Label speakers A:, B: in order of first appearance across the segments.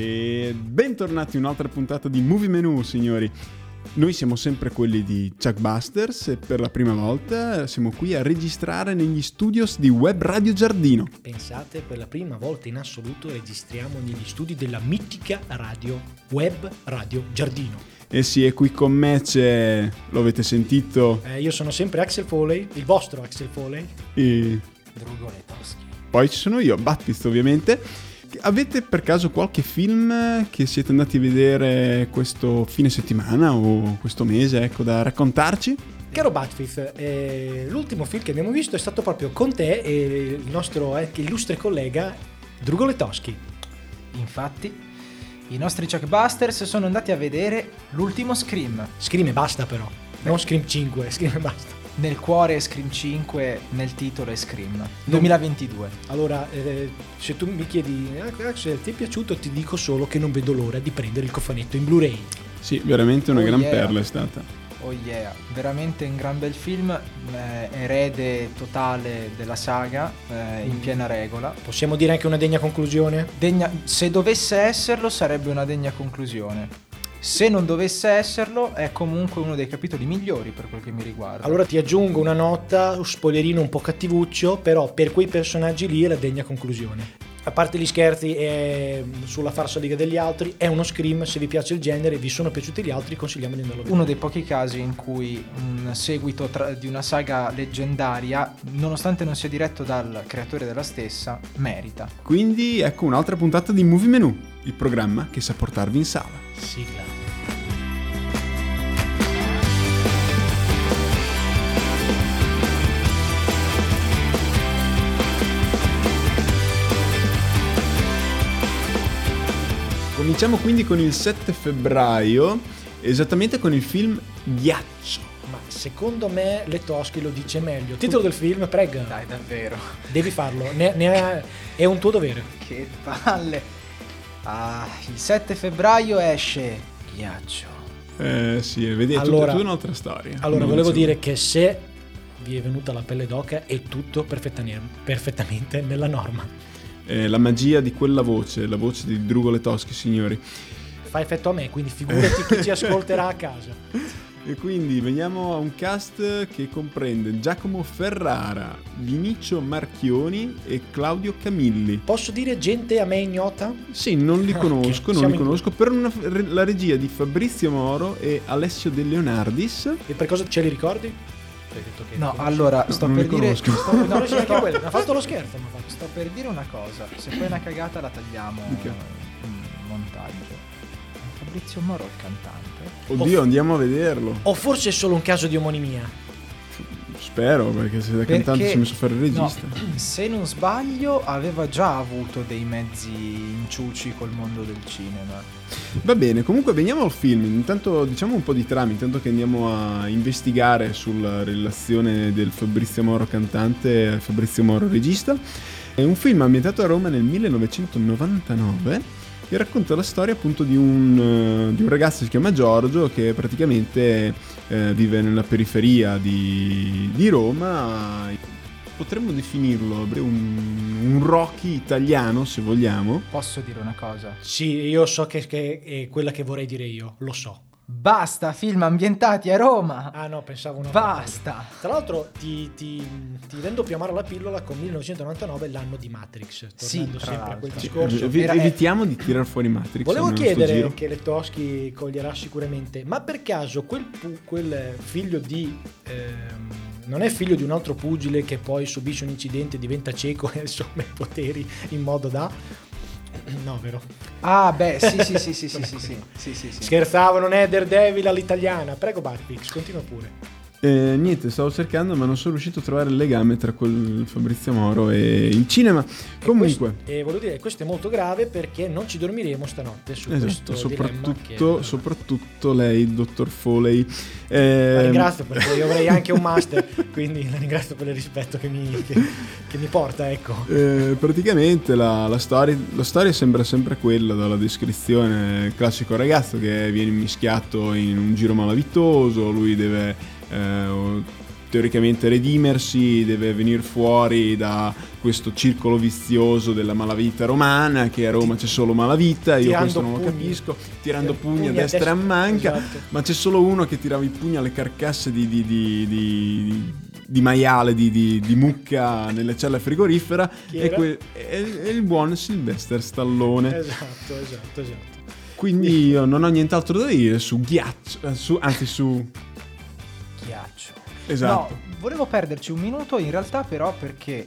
A: E bentornati in un'altra puntata di Movie Menu, signori. Noi siamo sempre quelli di Chuckbusters e per la prima volta siamo qui a registrare negli studios di Web Radio Giardino.
B: Pensate, per la prima volta in assoluto registriamo negli studi della mitica radio, web radio Giardino.
A: E sì, e qui con me c'è, lo avete sentito,
B: Eh, io sono sempre Axel Foley, il vostro Axel Foley.
A: e
B: Drugone Toschi.
A: poi ci sono io, Battist ovviamente. Avete per caso qualche film che siete andati a vedere questo fine settimana o questo mese, ecco, da raccontarci?
B: Caro Batfith, eh, l'ultimo film che abbiamo visto è stato proprio con te e il nostro eh, illustre collega Drugone Toschi.
C: Infatti, i nostri Chuckbusters sono andati a vedere l'ultimo Scream.
B: Scream e basta però, non Scream 5, Scream e basta.
C: Nel cuore è Scream 5, nel titolo è Scream 2022.
B: Allora, eh, se tu mi chiedi, "Ah, Axel, ti è piaciuto? Ti dico solo che non vedo l'ora di prendere il cofanetto in Blu-ray.
A: Sì, veramente una
C: Oh,
A: gran
C: yeah.
A: perla è stata.
C: Oh yeah, veramente un gran bel film, eh, erede totale della saga, eh, in piena regola.
B: Possiamo dire anche una degna conclusione?
C: Degna- se dovesse esserlo sarebbe una degna conclusione. Se non dovesse esserlo è comunque uno dei capitoli migliori per quel che mi riguarda.
B: Allora ti aggiungo una nota, un spoilerino un po' cattivuccio, però per quei personaggi lì è la degna conclusione. A parte gli scherzi eh, sulla farsa Liga degli altri, è uno scream, se vi piace il genere e vi sono piaciuti gli altri consigliamo di andarlo a vedere.
C: uno dei pochi casi in cui un seguito tra- di una saga leggendaria, nonostante non sia diretto dal creatore della stessa, merita.
A: Quindi ecco un'altra puntata di Movie Menu, il programma che sa portarvi in sala.
B: Sigla.
A: Cominciamo quindi con il 7 febbraio, esattamente con il film Ghiaccio.
B: Ma secondo me Letoschi lo dice meglio. Titolo del film, prega.
C: Dai, davvero.
B: Devi farlo, ne- ne- è un tuo dovere.
C: Che palle. Ah, il 7 febbraio esce Ghiaccio.
A: Eh sì, vedi, è
B: Allora-
A: tutta, tutta un'altra storia.
B: Allora,
A: Non
B: volevo
A: c'è-
B: dire che se vi è venuta la pelle d'oca è tutto perfettane- perfettamente nella norma.
A: eh, la magia di quella voce, la voce di Drugo Letoschi, signori.
B: Fa effetto a me, quindi figurati chi ci ascolterà a casa.
A: E quindi veniamo a un cast che comprende Giacomo Ferrara, Vinicio Marchioni e Claudio Camilli.
B: Posso dire gente a me ignota?
A: Sì, non li
B: Ah,
A: conosco, non
B: ok. Siamo
A: li
B: in-
A: conosco, per una- la regia di Fabrizio Moro e Alessio De Leonardis.
B: E per cosa ce li ricordi? Hai detto che
C: No, allora,
A: No,
C: sto
A: non
C: per
A: li
C: dire...
A: conosco.
C: Sto, no,
B: No, sì, anche
C: sto,
B: quello. Mi ha fatto lo scherzo, mi ha fatto.
C: sto per dire una cosa. Se poi è una cagata la tagliamo
A: Di che?
C: in montaggio. Fabrizio Moro è il cantante.
A: Oddio, andiamo a vederlo.
B: O forse è solo un caso di omonimia.
A: Spero, perché se da
C: Perché-
A: cantante si è messo a fare il regista.
C: No, se non sbaglio, aveva già avuto dei mezzi inciuci col mondo del cinema.
A: Va bene, comunque veniamo al film. Intanto diciamo un po' di trama, intanto che andiamo a investigare sulla relazione del Fabrizio Moro cantante e Fabrizio Moro regista. È un film ambientato a Roma nel 1999 che racconta la storia appunto di un, eh, di un ragazzo che si chiama Giorgio che praticamente eh, vive nella periferia di, di Roma. Potremmo definirlo un, un Rocky italiano se vogliamo.
C: Posso dire una cosa?
B: Sì, io so che, che è quella che vorrei dire io, lo so.
C: Basta film ambientati a Roma!
B: Ah no, pensavo una
C: Basta!
B: Tra l'altro ti, ti, ti rendo più amaro la pillola con 1999, l'anno di Matrix. Tornando
C: Sì, tra
B: sempre a quel
C: l'altro.
B: discorso.
A: Vi-
C: era-
A: evitiamo di tirar fuori Matrix.
B: Volevo
A: almeno in sto
B: chiedere
A: giro.
B: che Lettoschi coglierà sicuramente, ma per caso quel, pu- quel figlio di... ehm, non è figlio di un altro pugile che poi subisce un incidente, diventa cieco e assume i poteri in modo da... No, vero?
C: Ah, beh, sì, sì, sì, sì, sì, sì, sì, sì, sì, sì.
B: Scherzavo, non è Daredevil all'italiana. Prego Batpix, continua pure.
A: Eh, niente, stavo cercando, ma non sono riuscito a trovare il legame tra quel Fabrizio Moro e il cinema.
B: E
A: Comunque,
B: questo- E volevo dire, questo è molto grave perché non ci dormiremo stanotte su
A: esatto,
B: questo dilemma che-
A: soprattutto, soprattutto lei, dottor Foley.
B: La
A: Ehm,
B: ringrazio perché io avrei anche un master, quindi la ringrazio per il rispetto che mi, che- che mi porta, ecco.
A: eh, praticamente la, la storia, la storia sembra sempre quella dalla descrizione, il classico ragazzo che viene mischiato in un giro malavitoso, lui deve eh, teoricamente redimersi, deve venire fuori da questo circolo vizioso della malavita romana, che a Roma c'è solo malavita, io
B: Tirando
A: questo non lo
B: pugni.
A: capisco, tirando
B: Tirando
A: Cioè, pugni a destra esatto. e a manca,
B: Esatto.
A: ma c'è solo uno che tirava i pugni alle carcasse di, di- di- di- di maiale, di, di- di mucca nella cella frigorifera.
B: Chi
A: E
B: era?
A: que- eh. e- e il buon Sylvester Stallone.
B: Esatto, esatto, esatto.
A: Quindi io non ho nient'altro da dire su ghiaccio, eh, su- anzi su...
C: Ghiaccio.
A: Esatto.
C: No, volevo perderci un minuto in realtà però perché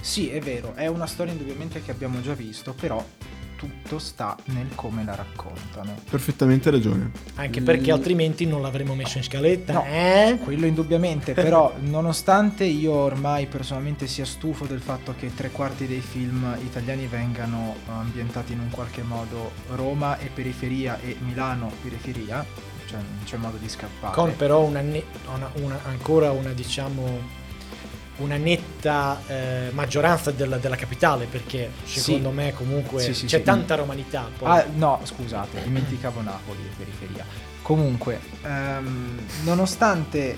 C: sì, è vero, è una storia indubbiamente che abbiamo già visto, però tutto sta nel come la raccontano.
A: Perfettamente ragione.
B: Anche
A: Mm.
B: perché altrimenti non l'avremmo messo in scaletta.
C: No.
B: Eh?
C: Quello indubbiamente, però nonostante io ormai personalmente sia stufo del fatto che tre quarti dei film italiani vengano ambientati in un qualche modo Roma e periferia e Milano periferia, cioè non c'è modo di scappare.
B: Con però una, ne- una- una- ancora una, diciamo, una netta eh, maggioranza della, della capitale, perché secondo
C: Sì.
B: me comunque
C: Sì, sì,
B: c'è
C: sì.
B: tanta romanità. Poi.
C: Ah, no, scusate, dimenticavo Napoli e periferia. Comunque, ehm, nonostante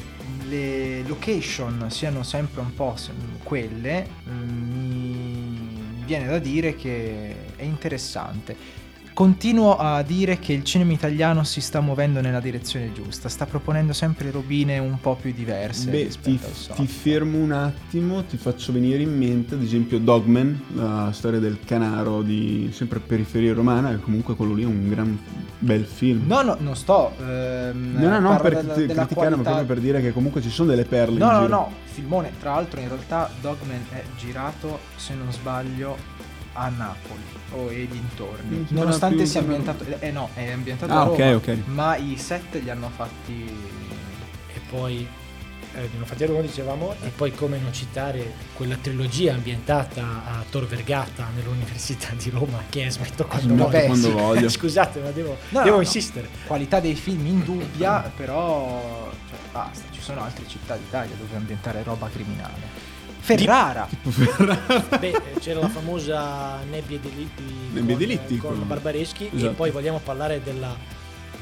C: le location siano sempre un po' se- quelle, mm, mi viene da dire che è interessante. Continuo a dire che il cinema italiano si sta muovendo nella direzione giusta, sta proponendo sempre robine un po' più diverse
A: Beh, ti,
C: Eh rispetto al solito.
A: ti fermo un attimo, ti faccio venire in mente ad esempio Dogman, la storia del canaro di sempre periferia romana, che comunque quello lì è un gran bel film.
C: No, no, non sto... ehm,
A: no, no, non
C: parlo
A: per
C: della-
A: criti-
C: della
A: criticare, ma
C: qualità-
A: proprio per dire che comunque ci sono delle perle
C: No,
A: in
C: no,
A: giro.
C: no, filmone. Tra l'altro in realtà Dogman è girato, se non sbaglio, a Napoli o e
A: Mm,
C: dintorni.
A: sembra
C: Nonostante
A: più-
C: sia ambientato... Eh no, è ambientato
A: Ah,
C: a Roma.
A: ok, ok.
C: Ma i set li hanno fatti...
B: E poi, eh, di Fatti a Roma dicevamo, e poi come non citare quella trilogia ambientata a Tor Vergata nell'Università di Roma, che è smetto quando
A: Smetto
B: voglio.
A: quando voglio.
B: Scusate, ma devo,
C: No,
B: devo
C: no,
B: insistere.
C: Qualità dei film in dubbia, però... Cioè, basta, ci sono altre città d'Italia dove ambientare roba criminale. Ferrara!
B: Beh, eh, c'era la famosa Nebbie delitti
A: Nebbie delitti,
B: con,
A: quello.
B: Barbareschi
A: Esatto.
B: e poi vogliamo parlare della,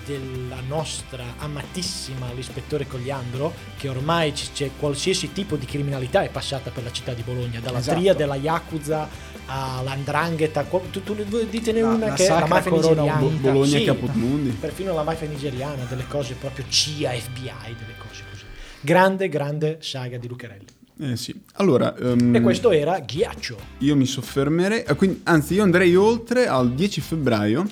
B: della nostra amatissima l'ispettore Cogliandro che ormai ci- c'è qualsiasi tipo di criminalità è passata per la città di Bologna dalla
C: Esatto.
B: Tria della Yakuza all'Andrangheta qual- tu, tu- voi ditene
C: La-
B: una
C: la
B: che è la
C: Sacra
B: mafia
C: Corona
B: nigeriana
A: Bo- Bologna
B: Sì,
A: e Capotmundi.
B: perfino la mafia nigeriana delle cose proprio CIA FBI delle cose così grande grande saga di Lucarelli
A: Eh sì. Allora, ehm,
C: Mm.
B: e questo era Ghiaccio
A: io mi soffermerei, eh, quindi- anzi io andrei oltre al 10 febbraio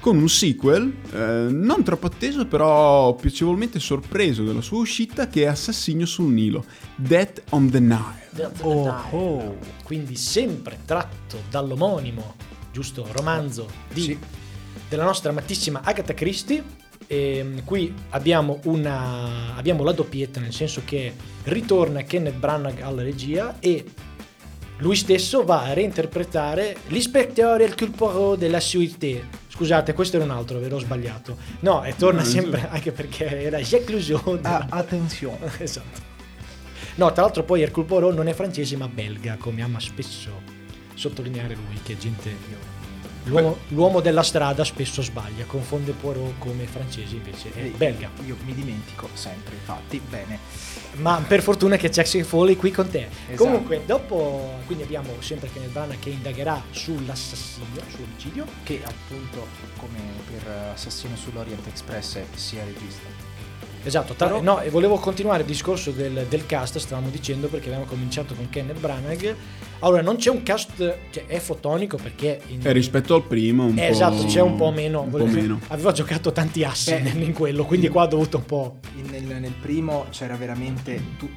A: con un sequel eh, non troppo atteso però piacevolmente sorpreso della sua uscita che è Assassino sul Nilo, Death on the Nile.
C: Oh, oh.
B: Quindi sempre tratto dall'omonimo, giusto, romanzo di-
C: Sì.
B: della nostra amatissima Agatha Christie. Ehm, qui abbiamo, una, abbiamo la doppietta, nel senso che ritorna Kenneth Branagh alla regia e lui stesso va a reinterpretare l'ispettore il Poirot della suite. Scusate, questo era un altro, vero? Ho sbagliato. No, e torna
A: No,
B: sempre, anche perché era Jacques Clouseau.
C: Mm. Ah,
B: della-
C: attenzione.
B: esatto. No, tra l'altro poi Hercule Poirot non è francese ma belga, come ama spesso sottolineare lui, che gente... L'uomo, l'uomo della strada spesso sbaglia, confonde Poirot come francese invece è
C: Eh,
B: belga.
C: Io mi dimentico sempre, infatti. Bene.
B: Ma per fortuna che Jackson Foley è qui con te.
C: Esatto.
B: Comunque, dopo, quindi abbiamo sempre Kenneth Branagh che indagherà sull'assassinio, sull'omicidio.
C: che appunto come per Assassino sull'Orient Express sia regista.
B: Esatto, tra-
C: Però-
B: no, e volevo continuare il discorso del, del cast, stavamo dicendo perché abbiamo cominciato con Kenneth Branagh. Allora, non c'è un cast, cioè è fotonico perché... in-
A: E rispetto al primo un
B: Eh,
A: po'...
B: Esatto, c'è un po' meno.
A: un po'
B: volevo-
A: meno.
B: Aveva giocato tanti assi
C: Eh.
B: nel- in quello, quindi qua ho dovuto un po'...
C: In- nel, nel primo c'era veramente tu-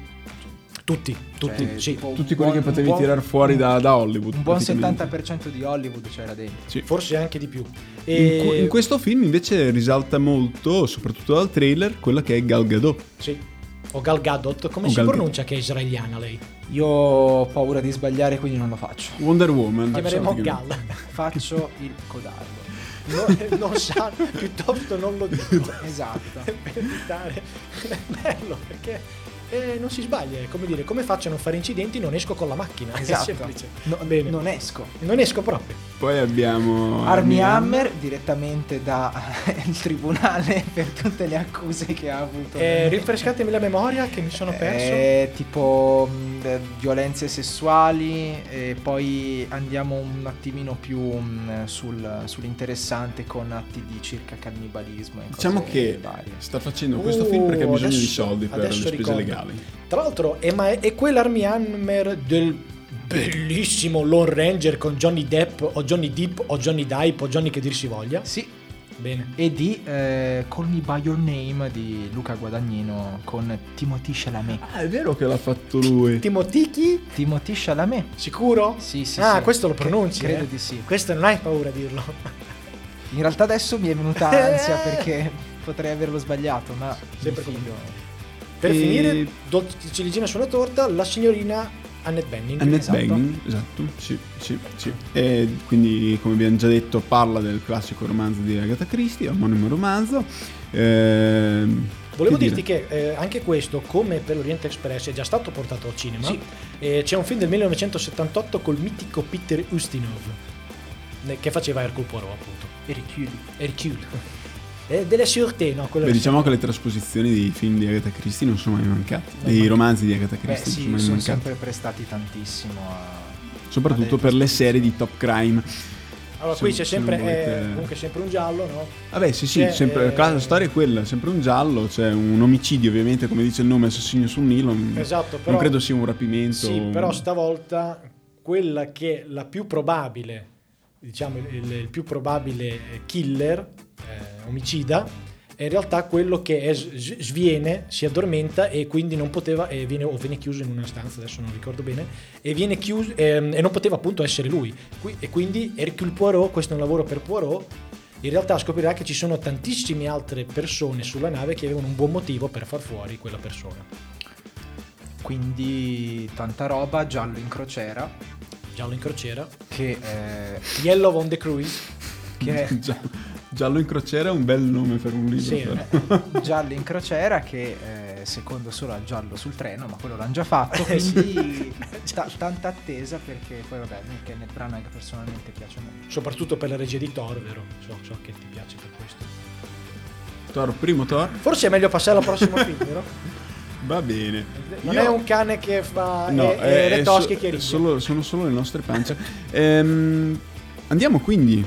B: Tutti, tutti,
C: cioè,
B: sì.
C: tipo un
A: Tutti quelli
C: buon-
A: che
C: un
A: potevi
C: buon-
A: tirar fuori da, da Hollywood.
C: Un buon
A: praticamente.
C: 70% di Hollywood c'era dentro.
A: Sì.
B: Forse anche di più.
A: In, cu-
B: E-
A: in questo film invece risalta molto, soprattutto dal trailer, quella che è Gal Gadot.
B: Sì. O Gal Gadot, come
A: O
B: si
A: Gal Gadot.
B: pronuncia che è israeliana lei?
C: Io ho paura di sbagliare, quindi non lo faccio.
A: Wonder Woman.
B: Chiameremo
A: praticamente.
B: Gal.
C: Faccio il codardo.
B: No, eh, non sa, piuttosto non lo dico.
C: Esatto.
B: per evitare è bello perché eh, non si sbaglia è come dire come faccio a non fare incidenti non esco con la macchina è
C: Esatto.
B: semplice
C: No-
B: Bene.
C: Non esco.
B: non esco proprio
A: Poi abbiamo
C: Army Hammer direttamente dal tribunale per tutte le accuse che ha avuto.
B: Eh, rinfrescatemi la memoria che mi sono perso.
C: Eh, tipo mh, eh, violenze sessuali e poi andiamo un attimino più mh, sul- sull'interessante con atti di circa cannibalismo. e
A: Diciamo
C: cose
A: che
C: varie.
A: sta facendo questo
B: Oh,
A: film perché ha bisogno di
B: adesso-
A: soldi per le
B: adesso
A: spese
B: ricordo.
A: legali.
B: Tra l'altro, e, ma è, è quell'Army Hammer del bellissimo Lone Ranger con Johnny Depp o Johnny Depp o Johnny Dipe o Johnny che dir si voglia.
C: Sì,
B: Bene.
C: e di eh, Call Me By Your Name di Luca Guadagnino con Timothy Chalamet.
A: Ah, è vero che l'ha fatto lui.
B: Timotichi?
C: Timothy Chalamet?
B: Sicuro?
C: Sì, sì.
B: Ah,
C: sì.
B: questo lo
C: Che-
B: pronunci,
C: Credo
B: eh?
C: di sì.
B: Questo non hai paura a dirlo.
C: In realtà adesso mi è venuta ansia perché potrei averlo sbagliato, ma
B: Sempre
C: mi fido.
B: Per
A: E-
B: finire, do- ciliegina sulla torta, la signorina Annette Benning.
A: Annette
C: Esatto.
A: Bening, esatto, sì, sì, sì. E quindi, come abbiamo già detto, parla del classico romanzo di Agatha Christie, omonimo romanzo. Ehm,
B: Volevo
A: che
B: dirti
A: dire?
B: che eh, anche questo, come per l'Oriente Express, è già stato portato al cinema.
C: Sì.
B: Eh, c'è un film del 1978 col mitico Peter Ustinov, ne- che faceva Hercule Poirot, appunto.
C: Hercule.
B: Hercule. Eh, delle sûreté, no? Quello
A: Beh,
B: era-
A: diciamo che le trasposizioni dei film di Agatha Christie non sono mai mancati,
B: No,
A: dei
B: ma-
A: romanzi di Agatha
C: Beh,
A: Christie
C: sì,
A: non sono
C: sono
A: mai mancati,
C: sempre prestati tantissimo a...
A: soprattutto per le serie di top crime.
B: Allora,
A: se-
B: qui c'è
A: se non
B: sempre,
A: volete-
B: eh, comunque sempre un giallo, no?
A: Vabbè, sì, sì,
B: C'è,
A: sempre,
B: eh,
A: la la storia è quella, sempre un giallo, c'è un omicidio ovviamente, come dice il nome, assassino sul Nilo. m-
B: Esatto, però...
A: Mm. non credo sia un rapimento.
B: Sì, però stavolta quella che è la più probabile, diciamo il, il- il più probabile killer, eh, omicida, è in realtà quello che è s- s- sviene, si addormenta e quindi non poteva, e viene, o viene chiuso in una stanza, adesso non ricordo bene, e, viene chiuso, ehm, e non poteva appunto essere lui. Qui- e quindi Hercule Poirot, questo è un lavoro per Poirot, in realtà scoprirà che ci sono tantissime altre persone sulla nave che avevano un buon motivo per far fuori quella persona.
C: Quindi tanta roba, giallo in crociera,
B: Giallo in crociera,
C: che, eh,
B: Yellow on the Cruise.
C: che è
A: Gia- Giallo in crociera è un bel nome per un libro.
B: Sì,
A: però.
C: giallo in crociera che eh, secondo solo al giallo sul treno, ma quello l'hanno già fatto, quindi ta- tanta attesa perché poi vabbè, che nel Branagh personalmente piace molto.
B: Soprattutto per la regia di Thor, vero? So, so che ti piace per questo.
A: Thor, primo Thor,
B: Forse è meglio passare al prossimo film, vero?
A: va bene.
B: Non
A: Io-
B: è un cane che fa
A: No,
B: e- e
C: eh,
A: è-
B: le
A: è
B: tosche
A: so-
B: che ride.
A: solo- sono solo le nostre pance. Ehm, andiamo quindi.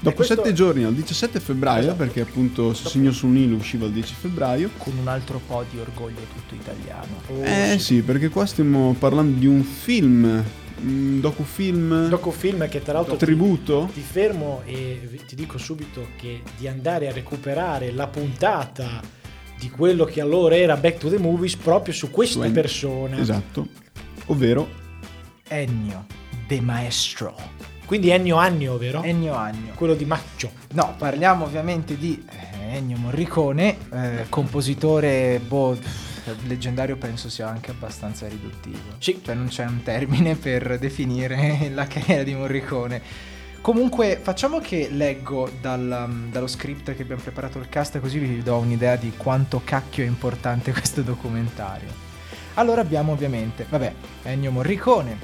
A: Dopo
B: questo-
A: sette giorni, al 17 febbraio,
B: Esatto.
A: perché appunto Sassigno sul Nilo usciva il 10 febbraio.
C: Con un altro po' di orgoglio tutto italiano.
B: Oh,
A: Eh sì, perché qua stiamo parlando di un film, un docufilm,
B: Un docufilm che tra l'altro ti-
A: tributo.
B: ti fermo e vi- ti dico subito che di andare a recuperare la puntata di quello che allora era Back to the Movies proprio su questa
A: Twen-
B: persona.
A: Esatto. Ovvero
C: Ennio, De Maestro.
B: Quindi Ennio Annio, vero?
C: Ennio Agno.
B: Quello di Maccio.
C: No, parliamo ovviamente di eh, Ennio Morricone, eh, compositore boh, pff, leggendario penso sia anche abbastanza riduttivo.
B: Sì.
C: Cioè non c'è un termine per definire la carriera di Morricone. Comunque facciamo che leggo dal, um, dallo script che abbiamo preparato il cast così vi do un'idea di quanto cacchio è importante questo documentario. Allora abbiamo ovviamente, vabbè, Ennio Morricone,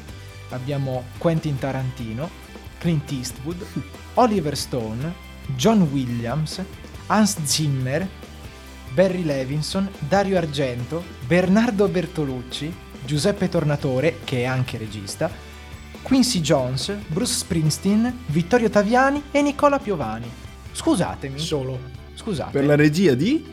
C: abbiamo Quentin Tarantino, Clint Eastwood, Oliver Stone, John Williams, Hans Zimmer, Barry Levinson, Dario Argento, Bernardo Bertolucci, Giuseppe Tornatore, che è anche regista, Quincy Jones, Bruce Springsteen, Vittorio Taviani e Nicola Piovani.
B: Mm?
C: Scusatemi,
B: Solo.
C: scusate.
A: per la regia di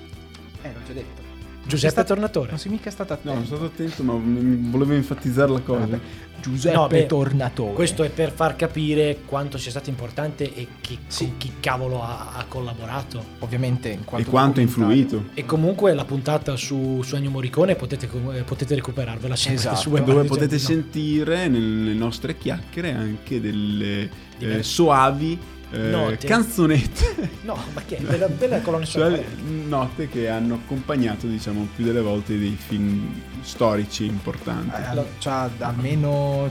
C: Eh, l'ho già detto.
B: Giuseppe
C: Sta-
B: Tornatore.
C: Non si mica stato attento.
A: No, sono stato attento, ma mm, volevo enfatizzare la cosa.
C: Vabbè. Giuseppe
B: No, beh,
C: Tornatore.
B: Questo è per far capire quanto sia stato importante e chi,
C: Sì.
B: con chi cavolo ha, ha collaborato.
C: ovviamente in
A: E
C: quanto
A: quanto ha
C: documentario.
A: influito.
B: E comunque la puntata su, su Ennio Morricone potete, com- eh, potete recuperarvela sempre
C: Esatto.
B: su
A: Dove
B: Webmanager.
A: potete
B: No.
A: sentire nelle nostre chiacchiere anche delle
B: Diverse.
A: eh, soavi eh,
B: Note.
A: canzonette.
B: No, ma che è? Della, della colonna sonora.
A: Soavi note che hanno accompagnato, diciamo, più delle volte dei film storici importanti.
C: Eh, c'ha almeno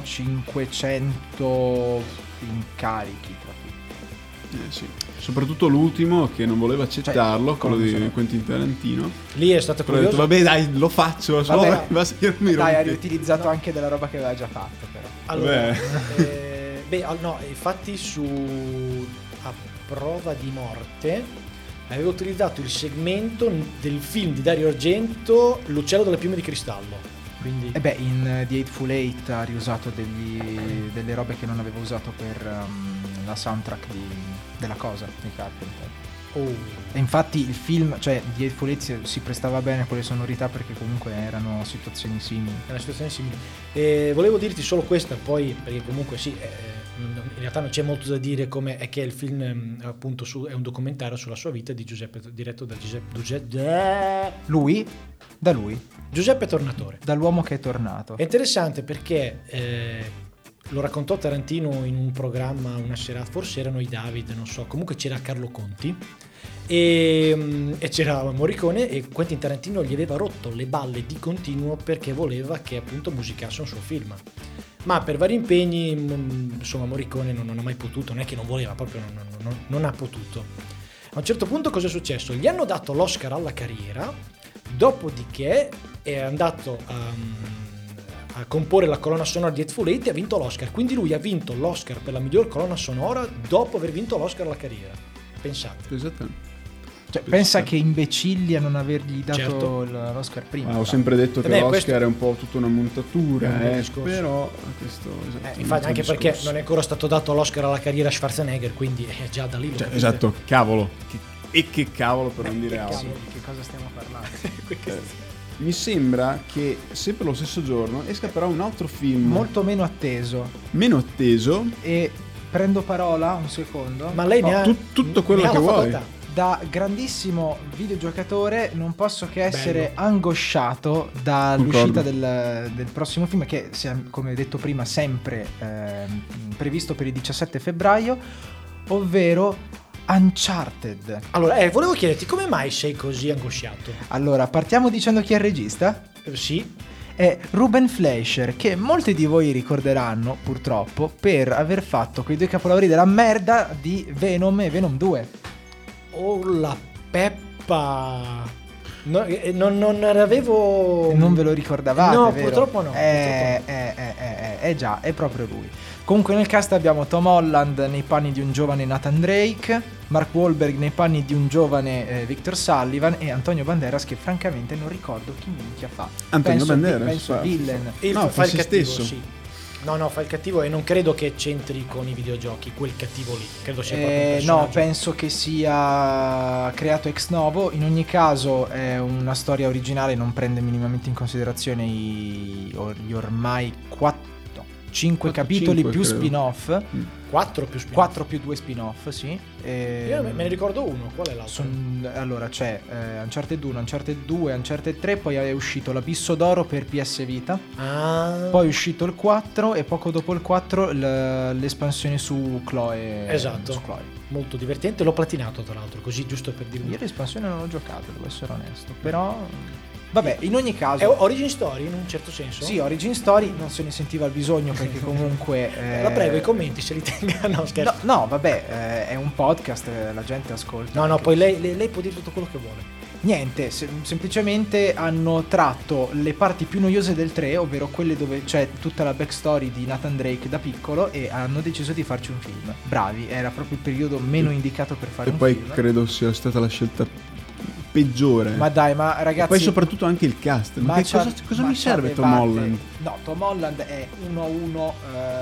C: 500 incarichi tra tutti.
A: Eh, sì. Soprattutto l'ultimo che non voleva accettarlo,
C: Cioè,
A: quello
C: come
A: di
C: sono-
A: Quentin Tarantino.
B: Lì è stato
A: Però ho detto, vabbè
B: curioso.
A: dai, lo faccio, solo
C: Vabbè.
A: va a servirmi
C: Dai, ha
A: rompete".
C: riutilizzato anche della roba che aveva già fatto però.
B: Allora,
A: Beh.
B: eh, Beh, al- no, infatti su A Prova di Morte avevo utilizzato il segmento del film di Dario Argento L'uccello delle piume di cristallo. Quindi
C: E beh, in eh, The Eightful Eight ha riusato degli- delle robe che non avevo usato per ehm, la soundtrack di- della cosa di Carpenter.
B: oh,
C: E infatti il film, cioè The Eightful Eight si, si prestava bene a quelle sonorità perché comunque erano situazioni simili.
B: è una situazione simile. Eh, volevo dirti solo questa, poi, perché comunque sì, eh, non- in realtà non c'è molto da dire come è che il film ehm, appunto su- è un documentario sulla sua vita di Giuseppe, diretto da Giuseppe, Giuseppe,
C: Lui, da lui,
B: Giuseppe Tornatore.
C: dall'uomo che è tornato.
B: È interessante perché eh, lo raccontò Tarantino in un programma una serata, forse erano i David, non so, comunque c'era Carlo Conti e, mm, e c'era Morricone e Quentin Tarantino gli aveva rotto le balle di continuo perché voleva che appunto musicasse un suo film. Ma per vari impegni, mm, insomma, Morricone non, non ha mai potuto, non è che non voleva, proprio non- non- non- non ha potuto. A un certo punto cosa è successo? Gli hanno dato l'Oscar alla carriera, dopodiché è andato a, mm, a comporre la colonna sonora di Eightful Eight e ha vinto l'Oscar. Quindi lui ha vinto l'Oscar per la miglior colonna sonora dopo aver vinto l'Oscar alla carriera. Pensate.
A: Esatto.
C: Cioè, pensa che imbecilli a non avergli dato
B: Certo.
C: l- l'Oscar prima.
A: Ah, ho
C: tra
A: sempre detto che
B: Beh,
A: l'Oscar
B: questo-
A: è un po' tutta una montatura,
B: È un
A: eh,
B: discorso.
A: però questo esatto,
B: Eh,
A: è un
B: infatti
A: altro
B: anche
A: discorso.
B: perché non è ancora stato dato l'Oscar alla carriera a Schwarzenegger, quindi è già da lì. lo
A: Cioè,
B: capite.
A: esatto, cavolo. Che- E che cavolo per non dire
C: l'altro.
A: altro.
C: Sì, di che cosa stiamo parlando?
A: Mi sembra che sempre lo stesso giorno esca però un altro film
C: Molto meno atteso.
A: meno atteso,
C: E prendo parola un secondo.
B: Ma lei ne
A: No,
B: ha...
A: tu- tutto quello
B: ne ha
A: che
B: la
A: vuoi.
B: facoltà.
C: da grandissimo videogiocatore non posso che essere angosciato dall'uscita del, del prossimo film che se- come detto prima sempre ehm, previsto per il 17 febbraio ovvero Uncharted
B: Allora, eh, volevo chiederti come mai sei così angosciato?
C: allora partiamo dicendo chi è il regista
B: Eh, sì,
C: è Ruben Fleischer che molti di voi ricorderanno purtroppo per aver fatto quei due capolavori della merda di Venom e Venom 2
B: Oh la peppa! No, eh, non, non avevo.
C: Non ve lo ricordavate?
B: Oh. No,
C: vero?
B: purtroppo no.
C: Eh, eh, eh, eh, eh, eh, già, è proprio lui. Comunque nel cast abbiamo Tom Holland nei panni di un giovane Nathan Drake, Mark Wahlberg nei panni di un giovane eh, Victor Sullivan e Antonio Banderas che francamente non ricordo chi minchia fa.
A: Antonio
C: penso,
A: Banderas
C: Penso
A: fa-
C: villain.
B: purtroppo. Il,
A: No,
B: fa
A: fa
B: il
A: se
B: cattivo,
A: stesso.
B: sì. No, no, fa il cattivo e non credo che c'entri con i videogiochi, quel cattivo lì. Credo sia proprio un
C: Eh, no,
B: personaggio.
C: penso che sia creato ex novo. In ogni caso, è una storia originale, non prende minimamente in considerazione i, or- gli ormai 4, 5
A: Quattro,
C: capitoli
A: cinque,
C: più
A: credo.
C: spin-off.
B: 4 più spin
C: 4 più 2 spin-off, sì. Ehm,
B: Io me me ne ricordo uno, qual è l'altro?
C: son- allora c'è eh, Uncharted 1, Uncharted 2, Uncharted 3, poi è uscito l'Abisso d'Oro per PS Vita,
B: Ah,
C: poi è uscito il 4 e poco dopo il 4 l- l'espansione su Chloe.
B: Esatto.
C: Su Chloe.
B: molto divertente. L'ho platinato, tra l'altro, così giusto per dirvi.
C: Io l'espansione non l'ho giocata, devo essere onesto, però... mm, Eh, Vabbè, in ogni caso...
B: È Origin Story in un certo senso?
C: Sì, Origin Story non se ne sentiva il bisogno perché comunque... eh,
B: La prego, i commenti se li tenga. No,
C: No,
B: scherzo.
C: no, vabbè, eh, è un podcast, eh, la gente ascolta.
B: No, no,
C: anche-
B: poi lei, lei- lei può dire tutto quello che vuole.
C: Niente, se- semplicemente hanno tratto le parti più noiose del 3, ovvero quelle dove c'è tutta la backstory di Nathan Drake da piccolo e hanno deciso di farci un film. Bravi, era proprio il periodo meno indicato per fare
A: e
C: un
A: poi
C: film.
A: credo sia stata la scelta peggiore.
C: Ma dai, ma
A: E poi
C: ragazzi,
A: soprattutto anche il cast. Ma, che
C: c'ha-
A: cosa, cosa
C: ma
A: mi serve Tom
C: c'avevate-
A: Holland?
C: No, Tom Holland è 1 a 1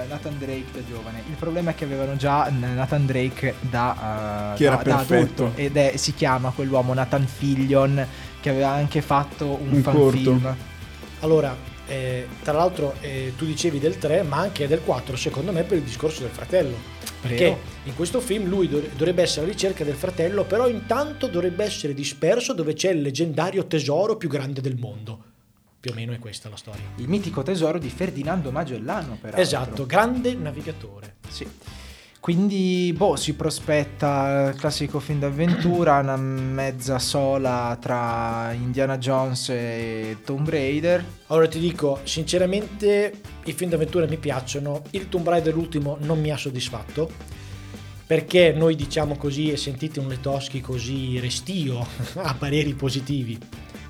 C: Nathan Drake da giovane. Il problema è che avevano già n- Nathan Drake da, eh,
A: Che era
C: da- da
A: perfetto.
C: adulto ed è, si chiama quell'uomo Nathan Fillion che aveva anche fatto un,
A: Un
C: fan
A: corto.
C: film.
B: Allora, eh, tra l'altro eh, tu dicevi del 3, ma anche del 4, secondo me per il discorso del fratello. Perché
C: Vero.
B: in questo film lui dov- dovrebbe essere alla ricerca del fratello, però intanto dovrebbe essere disperso dove c'è il leggendario tesoro più grande del mondo. Più o meno è questa la storia.
C: Il mitico tesoro di Ferdinando Magellano, peraltro.
B: Esatto, grande navigatore.
C: Sì. Quindi, boh, si prospetta il classico film d'avventura, una mezza sola tra Indiana Jones e Tomb Raider.
B: Allora ti dico, sinceramente i film d'avventura mi piacciono, il Tomb Raider l'ultimo non mi ha soddisfatto, perché noi diciamo così e sentite un Letoschi così restio a pareri positivi,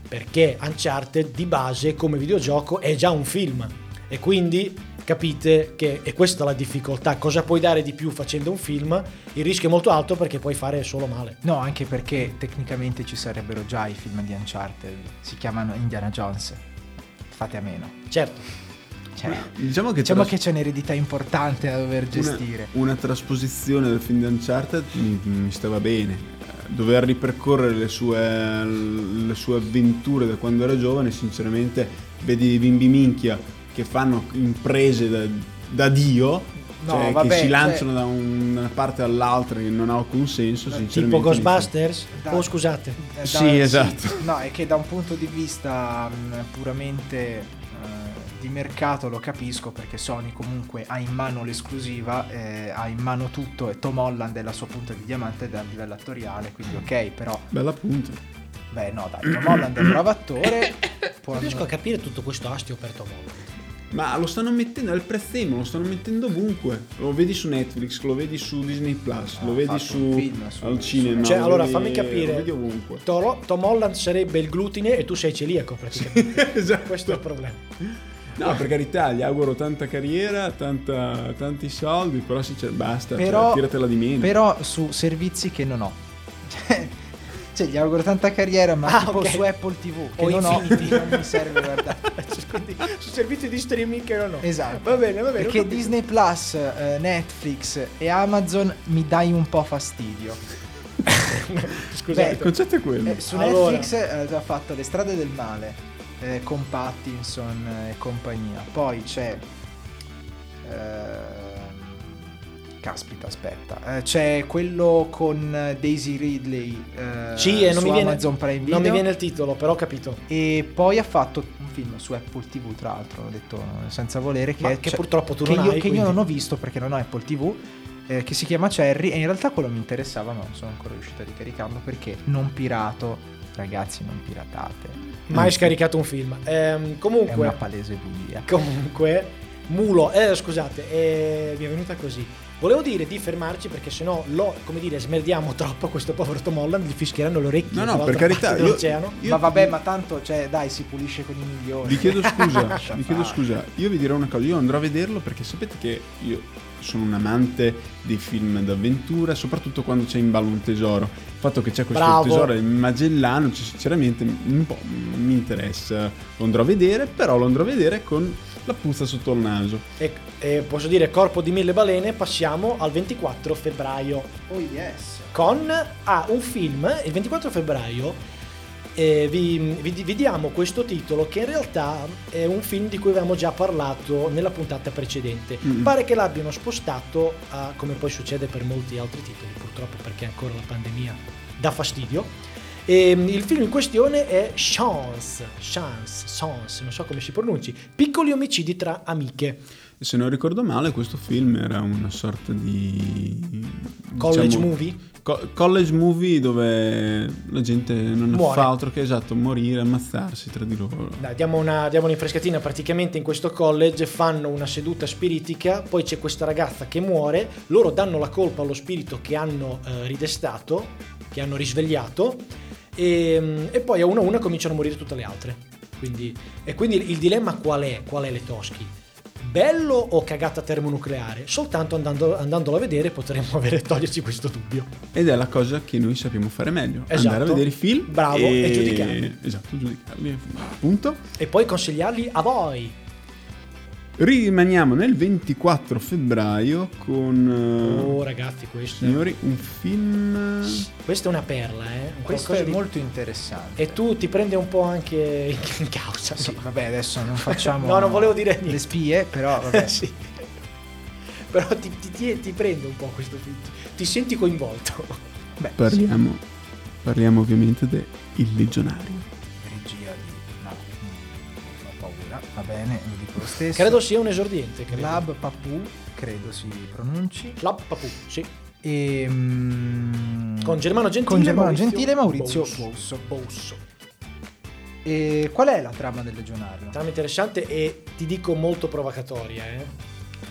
B: perché Uncharted di base come videogioco è già un film. E E quindi capite che è questa la difficoltà, cosa puoi dare di più facendo un film? Il rischio è molto alto perché puoi fare solo male.
C: No, anche perché tecnicamente ci sarebbero già i film di Uncharted, si chiamano Indiana Jones. Fate a meno.
B: Certo,
C: Cioè,
A: Diciamo che,
C: diciamo
A: tras-
C: che c'è un'eredità importante da dover gestire.
A: Una, una trasposizione del film di Uncharted mi, mi stava bene. Eh, Dover ripercorrere le sue, le sue avventure da quando era giovane, sinceramente, vedi i bimbi minchia che fanno imprese da, da Dio.
C: No,
A: cioè,
C: vabbè,
A: che si
C: cioè-
A: lanciano da un- una parte all'altra che non ha alcun senso, sinceramente.
B: tipo
A: mi-
B: Ghostbusters?
C: Dai.
B: Oh, scusate.
C: Eh, da-
A: Sì, esatto.
C: No, è che da un punto di vista mh, puramente eh, di mercato lo capisco perché Sony comunque ha in mano l'esclusiva, eh, ha in mano tutto e Tom Holland è la sua punta di diamante a livello attoriale, quindi
A: Mm.
C: ok, però
A: Bella punta.
C: beh no, dai, Tom Holland è un bravo attore, può
B: Non riesco a capire tutto questo astio per Tom Holland.
A: Ma lo stanno mettendo, è il prezzemolo, lo stanno mettendo ovunque. Lo vedi su Netflix, lo vedi su Disney Plus,
C: Ah,
A: lo
C: ha
A: vedi
C: fatto
A: su,
C: un film su-
A: al
C: su-
A: cinema.
B: Cioè,
A: lo
B: allora
A: vedi-
B: fammi
A: Lo
B: capire.
A: vedi ovunque.
B: Toro- Tom Holland sarebbe il glutine e tu sei celiaco praticamente.
A: esatto.
B: questo è il problema.
A: No, per carità, gli auguro tanta carriera, tanta- tanti soldi, però sinceramente basta, cioè,
C: però,
A: tiratela di meno.
C: però su servizi che non ho. Cioè, cioè, gli auguro tanta carriera, ma
B: Ah,
C: tipo
B: ok.
C: su Apple TV che
B: O
C: non ho,
B: Infinity.
C: non mi serve guardare.
B: Quindi, su servizi di streaming che non ho.
C: Esatto.
B: Va bene, va bene. ho
C: Perché
B: capito.
C: Disney Plus, eh, Netflix e Amazon mi dai un po' fastidio.
A: Il
B: Scusate.
A: Cioè, concetto è quello.
C: Eh, su
B: Allora.
C: Netflix eh, ha fatto Le strade del male eh, con Pattinson eh, e compagnia. Poi c'è. ehm, caspita, aspetta. Eh, c'è quello con eh, Daisy Ridley eh,
B: sì, e non,
C: su
B: mi viene,
C: Amazon Prime Video.
B: non mi viene il titolo, però ho capito.
C: E poi ha fatto un film su Apple TV, tra l'altro, ho detto eh, senza volere, che,
B: Ma
C: è-
B: che
C: cioè,
B: purtroppo tu
C: che
B: non
C: io,
B: hai,
C: che io
B: quindi.
C: non ho visto perché non ho Apple TV, eh, che si chiama Cherry e in realtà quello mi interessava, ma non sono ancora riuscito a ricaricarlo perché non pirato, ragazzi, non piratate.
B: Mai scaricato un film. Ehm,
C: Mm. È una
B: comunque,
C: palese bugia.
B: comunque, mulo. Eh, scusate, eh, mi è venuta così. Volevo dire di fermarci perché sennò lo, come dire, smerdiamo troppo questo povero Tom Holland, gli fischieranno le orecchie.
A: No, no,
B: dall'altra
A: per carità,
B: parte
A: io-
B: dell'oceano.
A: io-
C: ma vabbè, ma tanto, cioè, dai, si pulisce con i migliori.
A: Vi chiedo scusa,
C: Lascia
A: vi chiedo
C: fare.
A: scusa, io vi dirò una cosa, io andrò a vederlo perché sapete che io sono un amante dei film d'avventura, soprattutto quando c'è in ballo un tesoro. Il fatto che c'è questo
B: Bravo.
A: tesoro in Magellano, cioè, sinceramente un po' mi interessa. Lo andrò a vedere, però lo andrò a vedere con la puzza sotto il naso.
B: E, e posso dire corpo di mille balene, passiamo al 24 febbraio
C: Oh yes.
B: con ah, un film, il 24 febbraio eh, vi, vi- vi diamo questo titolo che in realtà è un film di cui avevamo già parlato nella puntata precedente.
A: Mm.
B: Pare che l'abbiano spostato, a- come poi succede per molti altri titoli, purtroppo perché ancora la pandemia dà fastidio. E, il film in questione è Chance, Chance, Chance, non so come si pronunci, Piccoli omicidi tra amiche.
A: Se non ricordo male, questo film era una sorta di
B: College
A: diciamo,
B: movie?
A: co- college movie dove la gente non
B: Muore.
A: fa altro che esatto, morire, ammazzarsi tra di loro.
B: Dai, diamo, una, diamo un'infrescatina, praticamente in questo college fanno una seduta spiritica, poi c'è questa ragazza che muore, loro danno la colpa allo spirito che hanno eh, ridestato, che hanno risvegliato, ehm, e, e poi a una a una cominciano a morire tutte le altre. Quindi, e quindi il dilemma qual è? Qual è le Toschi? Bello o cagata termonucleare? Soltanto andando, andandolo a vedere potremmo avere, toglierci questo dubbio.
A: Ed è la cosa che noi sappiamo fare meglio:
B: Esatto.
A: andare a vedere i film.
B: Bravo, e giudicarli.
A: Esatto, giudicarli. Punto.
B: E poi consigliarli a voi.
A: Rimaniamo nel 24 febbraio con. eh,
B: Oh ragazzi, questo,
A: Signori, un film.
B: questa è una perla, eh? Un
C: Questo
B: qualcosa
C: è
B: di-
C: molto interessante.
B: E tu ti prende un po' anche in causa.
C: Sì,
B: insomma.
C: vabbè, adesso non facciamo
B: No, non volevo dire niente.
C: le spie, però vabbè.
B: Sì. Però ti, ti- ti- ti prende un po' questo film. ti- Ti senti coinvolto.
C: Beh, sì.
A: Parliamo, parliamo ovviamente di Il Legionario.
C: regia di no, non ho paura va bene lo dico lo stesso
B: Credo sia un esordiente. Credo.
C: Lab Papu credo si pronunci
B: Lab Papu, sì.
C: e mm,
B: Con Germano Gentile.
C: Con Germano Gentile e Maurizio
B: Bousso. Bousso.
C: e qual è la trama del legionario
B: Trama interessante e ti dico molto provocatoria, eh.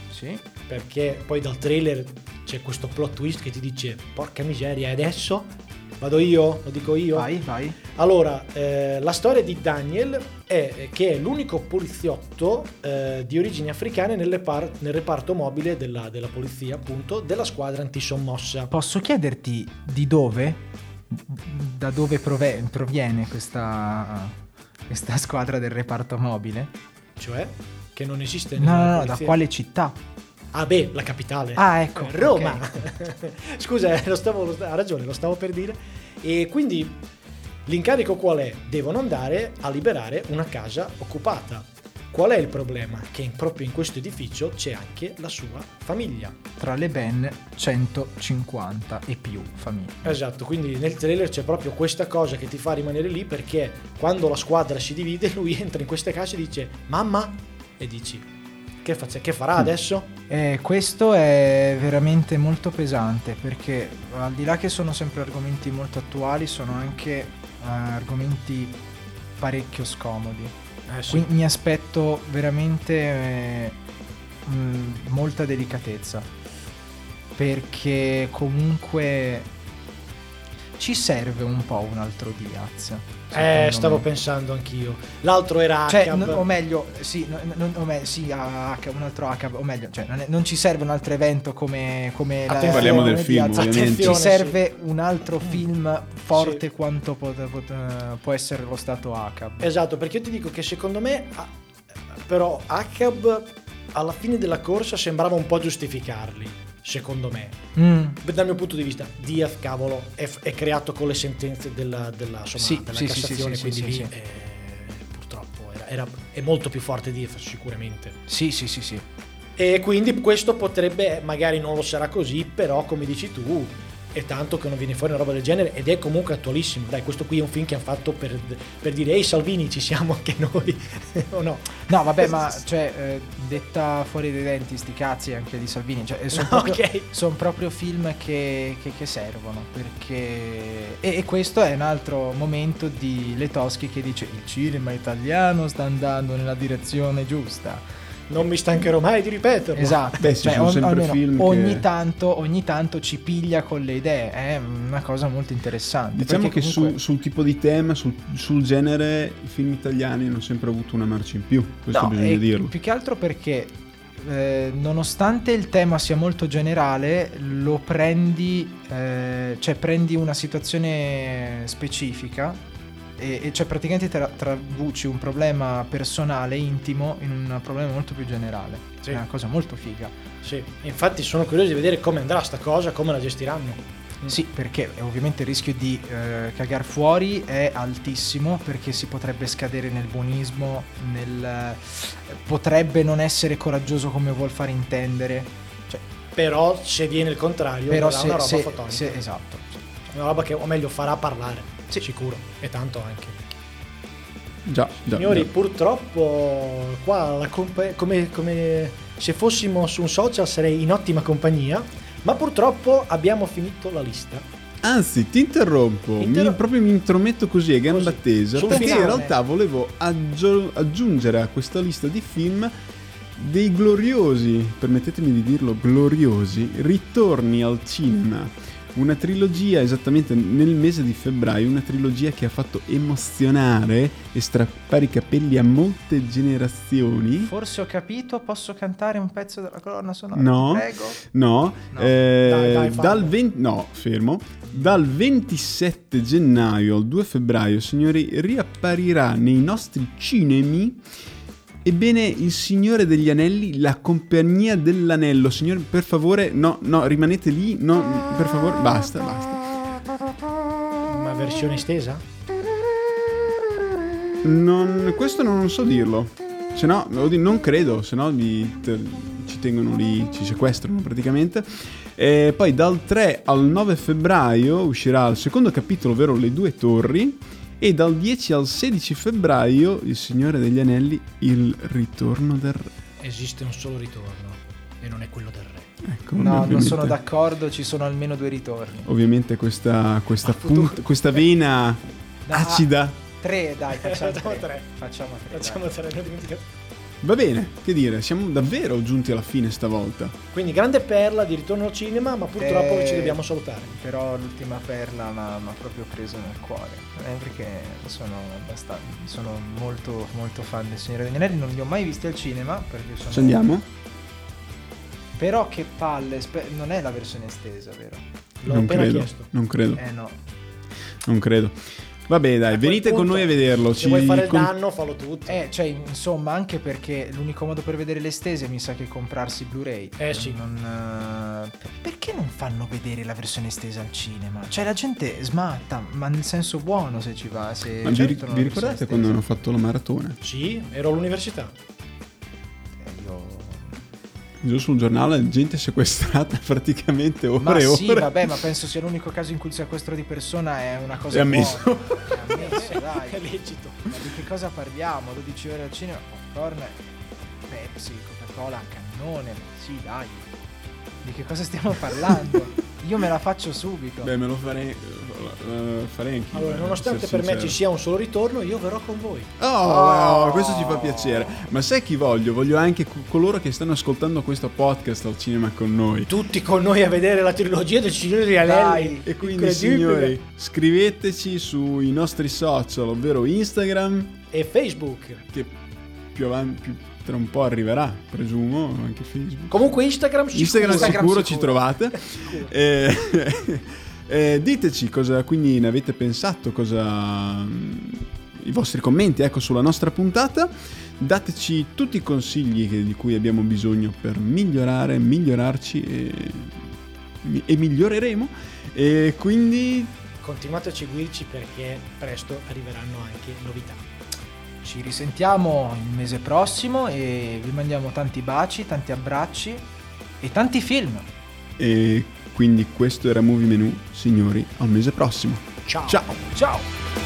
C: sì
B: Perché poi dal trailer c'è questo plot twist che ti dice porca miseria e adesso Vado io? Lo dico io?
C: Vai, vai.
B: Allora, eh, la storia di Daniel è che è l'unico poliziotto eh, di origini africane nelle par- nel reparto mobile della, della polizia, appunto, della squadra antisommossa.
C: Posso chiederti di dove? Da dove prove- proviene questa, questa squadra del reparto mobile?
B: Cioè, che non esiste
C: No,
B: nella
C: no, no, da
B: polizia.
C: quale città?
B: Ah beh, la capitale.
C: Ah, ecco.
B: Eh, Roma.
C: ok.
B: Scusa, eh, lo stavo- lo sta- ha ragione, lo stavo per dire. E quindi l'incarico qual è? Devono andare a liberare una casa occupata. Qual è il problema? Che in- proprio in questo edificio c'è anche la sua famiglia.
C: Tra le ben 150 e più famiglie.
B: Esatto, quindi nel trailer c'è proprio questa cosa che ti fa rimanere lì perché quando la squadra si divide lui entra in queste case e dice mamma e dici che, faccia- che
C: Mm.
B: farà adesso?
C: Eh, questo è veramente molto pesante perché al di là che sono sempre argomenti molto attuali, sono anche eh, argomenti parecchio scomodi. Qui mi aspetto veramente eh, mh, molta delicatezza perché comunque ci serve un po' un altro Diaz.
B: Eh,
C: secondo
B: stavo
C: me.
B: pensando anch'io. L'altro era
C: Cioè,
B: Acab.
C: no- o meglio, sì, no- no- o me- sì, ah, H, un altro H, o meglio, cioè, non, è- non ci serve un altro evento come... come
B: Attenzione,
A: Ah, Parliamo del
C: come
A: film,
C: Diaz.
A: ovviamente. Mm.
C: Ci
B: Attenzione,
C: serve un altro film forte
B: Sì.
C: quanto pot- pot- può essere lo stato H.
B: Esatto, perché io ti dico che secondo me ah, però Acab alla fine della corsa sembrava un po' giustificarli, secondo me.
C: Mm.
B: Dal mio punto di vista, Diaz, cavolo, è, è creato con le sentenze della, della, insomma,
C: Sì,
B: della
C: sì, sì,
B: Cassazione,
C: sì, sì,
B: quindi
C: sì,
B: lì
C: sì.
B: eh, purtroppo era- era- è molto più forte Diaz sicuramente.
C: Sì, sì, sì, sì.
B: E quindi questo potrebbe, magari non lo sarà così, però come dici tu, è tanto che non viene fuori una roba del genere ed è comunque attualissimo. Dai, questo qui è un film che hanno fatto per, per dire ehi Salvini ci siamo anche noi, o no?
C: No, vabbè, ma cioè, eh, detta fuori dai denti, sti cazzi anche di Salvini. Cioè, sono proprio,
B: Ok.
C: son proprio film che, che- che servono. Perché. E, e questo è un altro momento di Letoschi che dice: Il cinema italiano sta andando nella direzione giusta.
B: Non mi stancherò mai di ripeterlo.
C: Esatto.
A: Beh, sì,
C: cioè,
A: sono sempre
C: almeno
A: film che-
C: ogni, tanto, ogni tanto ci piglia con le idee. È una cosa molto interessante.
A: Diciamo
C: perché
A: che su-
C: comunque-
A: sul tipo di tema, sul, sul genere, i film italiani hanno sempre avuto una marcia in più, questo
C: No,
A: bisogna
C: e
A: dirlo.
C: Più che altro perché eh, nonostante il tema sia molto generale, lo prendi, eh, cioè prendi una situazione specifica e, e cioè praticamente tra- traduci un problema personale, intimo, in un problema molto più generale.
B: Sì.
C: È una cosa molto figa.
A: Mm.
B: Sì. Infatti sono curioso di vedere come andrà sta cosa, come la gestiranno. Mm.
C: Sì, perché eh, ovviamente il rischio di eh, cagar fuori è altissimo perché si potrebbe scadere nel buonismo, nel, eh, potrebbe non essere coraggioso come vuol far intendere, cioè,
B: Però se viene il contrario,
C: però
B: sarà
C: se,
B: una roba
C: se-
B: fotonica.
C: se- esatto. sì.
B: Una roba che, o meglio, farà parlare. Sicuro. E tanto anche.
A: Già, già,
B: Signori,
A: già.
B: purtroppo qua la compa- come, come se fossimo su un social sarei in ottima compagnia, ma purtroppo abbiamo finito la lista.
A: Anzi, ti interrompo,
B: Interro-
A: mi, proprio mi intrometto così a gamba
B: Così,
A: tesa,
B: sul
A: perché
B: finale.
A: in realtà volevo aggio- aggiungere a questa lista di film dei gloriosi, permettetemi di dirlo, gloriosi, ritorni al cinema. Una trilogia esattamente nel mese di febbraio, una trilogia che ha fatto emozionare e strappare i capelli a molte generazioni.
C: Forse ho capito, posso cantare un pezzo della colonna sonora?
A: No.
C: Prego.
A: No,
C: No.
A: eh,
B: Dai, dai, fallo.
A: dal 20 no, fermo. Dal 27 gennaio al 2 febbraio, signori, riapparirà nei nostri cinemi. Ebbene, il Signore degli Anelli, la compagnia dell'anello. Signori, per favore, no, no, rimanete lì. No, per favore, basta, basta.
B: Una versione estesa?
A: Non, questo non so dirlo. Se no, oddio, non credo, se no vi- te- ci tengono lì, ci sequestrano praticamente. E poi dal 3 al 9 febbraio uscirà il secondo capitolo, ovvero Le due torri. E dal 10 al 16 febbraio, Il Signore degli Anelli, Il ritorno del re.
B: Esiste un solo ritorno e non è quello del re.
A: Ecco,
C: No, non
A: ovviamente-
C: sono d'accordo, ci sono almeno due ritorni.
A: Ovviamente questa, questa,
B: Ah, futuro.
A: punt- questa vena
C: Da-
A: acida.
C: Tre, dai, facciamo
B: Facciamo
C: tre.
B: tre.
C: Facciamo tre. dai.
B: Facciamo tre, non dimenticate.
A: Va bene, che dire, siamo davvero giunti alla fine stavolta.
B: Quindi grande perla di ritorno al cinema, ma purtroppo
C: Eh,
B: ci dobbiamo salutare.
C: Però l'ultima perla m'ha, m'ha proprio preso nel cuore. eh, perché sono abbastanza. Sono molto, molto fan del Signore degli Anelli. Non li ho mai visti al cinema. Perché sono.
A: Ci andiamo?
C: Però che palle. spe- non è la versione estesa, vero?
B: L'ho
A: non
B: appena
A: credo,
B: chiesto.
A: non credo,
C: Eh no.
A: non credo. Vabbè dai,
B: A quel
A: venite con
B: punto,
A: noi a vederlo.
B: Cioè, Se
A: ci
B: vuoi fare il
A: con-
B: danno, fallo tutto.
C: Eh, cioè, insomma, anche perché l'unico modo per vedere le estese mi sa che è comprarsi Blu-ray.
B: Eh, sì.
C: Non, eh, Perché non fanno vedere la versione estesa al cinema? Cioè, la gente smatta, ma nel senso buono se ci va. Se
A: Ma vi,
C: certo non
A: vi
C: la
A: ricordate
C: versione
A: quando hanno
C: estesa.
A: fatto la maratona?
B: Sì, ero all'università.
C: Eh, io-
A: Giù sul giornale, gente sequestrata praticamente ore
C: Ma
A: e
C: sì,
A: ore.
C: vabbè, ma penso sia l'unico caso in cui il sequestro di persona è una cosa
A: È ammesso.
C: buona. È ammesso,
B: È
C: Eh, dai.
B: lecito.
C: Ma di che cosa parliamo? 12 ore al cinema, popcorn, Pepsi, Coca-Cola, cannone. Sì, dai. Di che cosa stiamo parlando? Io me la faccio subito.
A: Beh, me lo farei, eh, farei anch'io.
B: Allora,
A: eh,
B: nonostante
A: essere
B: per me ci
A: sincero.
B: sia un solo ritorno, io verrò con voi.
A: Oh,
C: Oh.
A: oh, questo ci fa piacere. Ma sai chi voglio? Voglio anche co- coloro che stanno ascoltando questo podcast al cinema con noi.
B: Tutti con noi a vedere la trilogia del Signore degli
C: Dai.
B: Anelli.
A: E quindi,
B: Incredibile.
A: signori, scriveteci sui nostri social, ovvero Instagram,
B: E Facebook.
A: che più avanti, più- tra un po' arriverà, presumo, anche Facebook.
B: Comunque Instagram sicuro.
A: Instagram,
C: Instagram
A: sicuro, ci
C: sicuro.
A: trovate. Eh, eh, diteci cosa quindi ne avete pensato, cosa mm, i vostri commenti ecco sulla nostra puntata. Dateci tutti i consigli che- di cui abbiamo bisogno per migliorare, migliorarci e, mi- e miglioreremo. E quindi
B: Continuate a seguirci perché presto arriveranno anche novità.
C: Ci risentiamo il mese prossimo e vi mandiamo tanti baci, tanti abbracci e tanti film.
A: E quindi questo era Movie Menu, signori, al mese prossimo.
B: Ciao.
A: Ciao!
C: Ciao!